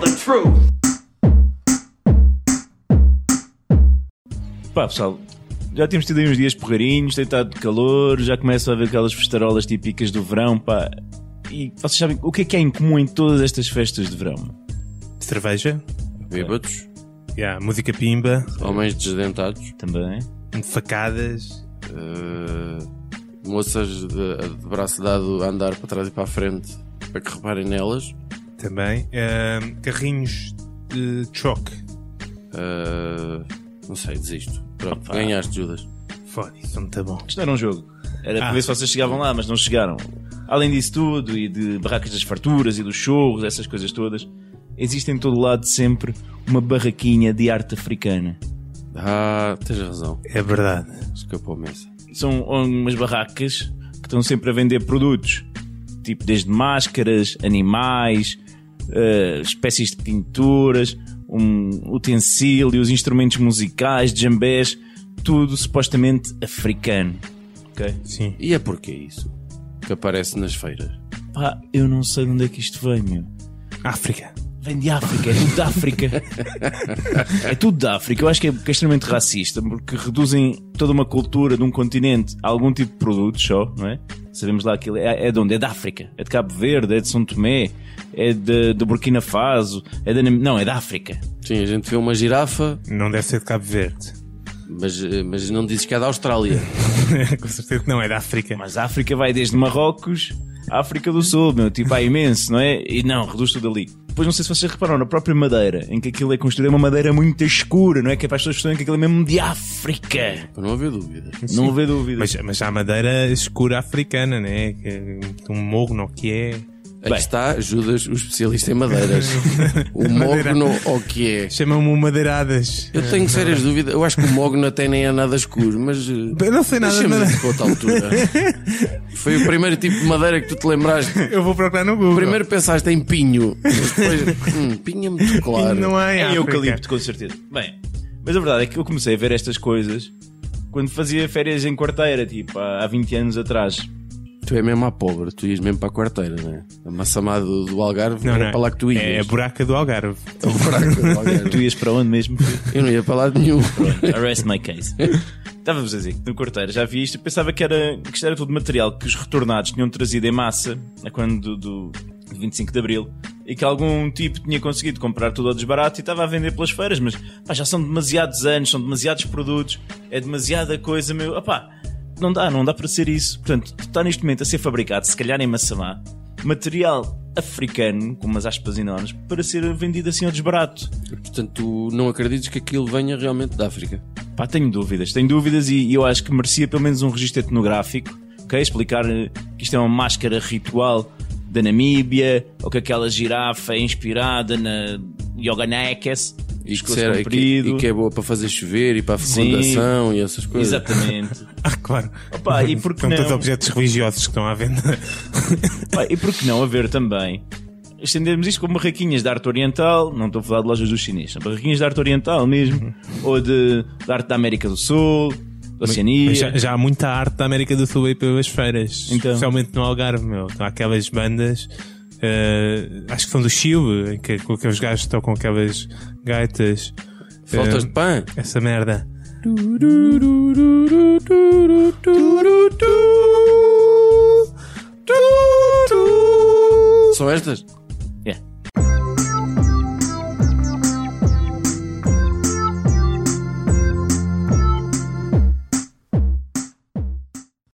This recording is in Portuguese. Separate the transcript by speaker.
Speaker 1: the truth.
Speaker 2: Pá, pessoal, já temos tido aí uns dias porreirinhos, tem estado calor, já começa a haver aquelas festarolas típicas do verão, pá. E vocês sabem o que é que há em comum em todas estas festas de verão?
Speaker 3: Cerveja,
Speaker 4: Bêbados,
Speaker 3: yeah, música pimba,
Speaker 4: homens desdentados,
Speaker 2: Também.
Speaker 3: facadas.
Speaker 4: eh, moças de, de braço dado a andar para trás e para a frente para que reparem nelas,
Speaker 3: Também. Ahm, carrinhos de choque.
Speaker 4: eh, não sei, desisto. Pronto, ganhaste, Judas.
Speaker 3: Foda, isso não está bom.
Speaker 2: Isto não era um jogo. Era para
Speaker 3: Ah.
Speaker 2: ver se vocês chegavam lá, mas não chegaram. Além disso tudo, e de barracas das farturas e dos chorros, essas coisas todas, existe em todo lado sempre uma barraquinha de arte africana.
Speaker 4: Ah, tens razão,
Speaker 3: É verdade.
Speaker 4: escapou-me essa.
Speaker 2: São umas barracas que estão sempre a vender produtos, tipo desde máscaras, animais, eh, espécies de pinturas, um, utensílios, instrumentos musicais, jambés, tudo supostamente africano. ok?
Speaker 3: Sim.
Speaker 4: E é porque isso que aparece nas feiras.
Speaker 2: Pá, eu não sei de onde é que isto veio, meu.
Speaker 3: África.
Speaker 2: Vem de África, é tudo da África. é tudo da África. Eu acho que é, que é extremamente racista, porque reduzem toda uma cultura de um continente a algum tipo de produto só, não é? Sabemos lá que ele é, é de onde? É da África. É de Cabo Verde, é de São Tomé, é de, de Burkina Faso, é da Nam- Não, é da África.
Speaker 4: Sim, a gente vê uma girafa,
Speaker 3: Não deve ser de Cabo Verde.
Speaker 4: mas, eh, mas não dizes que é da Austrália.
Speaker 3: Com certeza que não, é da África.
Speaker 2: Mas a África vai desde Marrocos à África do Sul, meu. Tipo, é imenso, não é? E não, reduz tudo ali. Depois não sei se vocês repararam, na própria madeira, em que aquilo é construído, é uma madeira muito escura, não é? Que é para as pessoas perceberem que aquilo é mesmo de África.
Speaker 4: Para não haver dúvidas.
Speaker 2: Não houve dúvida.
Speaker 3: Mas, mas há madeira escura africana, né? Que- Um mogno que é.
Speaker 4: Aí está, Judas, o especialista em madeiras. o
Speaker 3: Madeira.
Speaker 4: mogno, ou que é?
Speaker 3: Chamam-me madeiradas.
Speaker 4: Eu tenho sérias dúvidas. Eu acho que o mogno até nem é nada escuro, mas. eh,
Speaker 3: é? Eu não sei nada de
Speaker 4: Deixa-me
Speaker 3: madeira.
Speaker 4: ir com outra altura. Foi o primeiro tipo de madeira que tu te lembraste.
Speaker 3: Eu vou procurar no Google.
Speaker 4: Primeiro pensaste em pinho, mas depois. Hum, pinho é muito claro.
Speaker 3: Não há em
Speaker 2: É
Speaker 3: África.
Speaker 2: eucalipto, com certeza. Bem, mas a verdade é que eu comecei a ver estas coisas quando fazia férias em quarteira, tipo, há há 20 anos atrás.
Speaker 4: Tu é mesmo à pobre, tu ias mesmo para a quarteira, não é? A maçamá do, do Algarve
Speaker 3: Não,
Speaker 4: era
Speaker 3: não.
Speaker 4: para lá que tu ias.
Speaker 3: É a buraca do Algarve.
Speaker 4: O buraco do Algarve.
Speaker 2: Tu ias para onde mesmo?
Speaker 4: Eu não ia para lado nenhum.
Speaker 2: Arrest my case. Estávamos a dizer que no quarteiro já vi isto e pensava que, era, que isto era tudo material que os retornados tinham trazido em massa a quando do, do 25 de Abril e que algum tipo tinha conseguido comprar tudo ao desbarato e estava a vender pelas feiras, mas pá, já são demasiados anos, são demasiados produtos, é demasiada coisa, meu. Opá, não dá, não dá para ser isso. Portanto, está neste momento a ser fabricado, se calhar em Massamá, material africano, com umas aspas enormes, para ser vendido assim ao desbarato.
Speaker 4: Portanto, tu não acreditas que aquilo venha realmente da África.
Speaker 2: Pá, tenho dúvidas, tenho dúvidas e, e eu acho que merecia pelo menos um registro etnográfico, ok? Explicar eh, que isto é uma máscara ritual da Namíbia, ou que aquela girafa é inspirada na Yoganekes,
Speaker 4: E que,
Speaker 2: pescoço
Speaker 4: será- e que-
Speaker 2: comprido.
Speaker 4: e que é boa para fazer chover e para a fecundação e essas coisas.
Speaker 2: Exatamente.
Speaker 3: Ah, claro.
Speaker 2: Opa, e por que
Speaker 3: São todos
Speaker 2: não?
Speaker 3: objetos religiosos que estão à venda.
Speaker 2: Pá, e por que não haver também? Estendermos isto como barraquinhas de arte oriental, não estou a falar de lojas do chinês, são barraquinhas de arte oriental
Speaker 4: Uhum.
Speaker 2: mesmo, ou de, de arte da América do Sul, da Oceania.
Speaker 3: Mas já, já há muita arte da América do Sul aí pelas feiras.
Speaker 2: Então.
Speaker 3: Especialmente no Algarve, meu. Há aquelas bandas. eh, acho que são do Chile, em que, com aqueles gajos que estão com aquelas gaitas.
Speaker 4: Faltas
Speaker 3: Eh,
Speaker 4: de pão.
Speaker 3: Essa merda.
Speaker 4: São estas?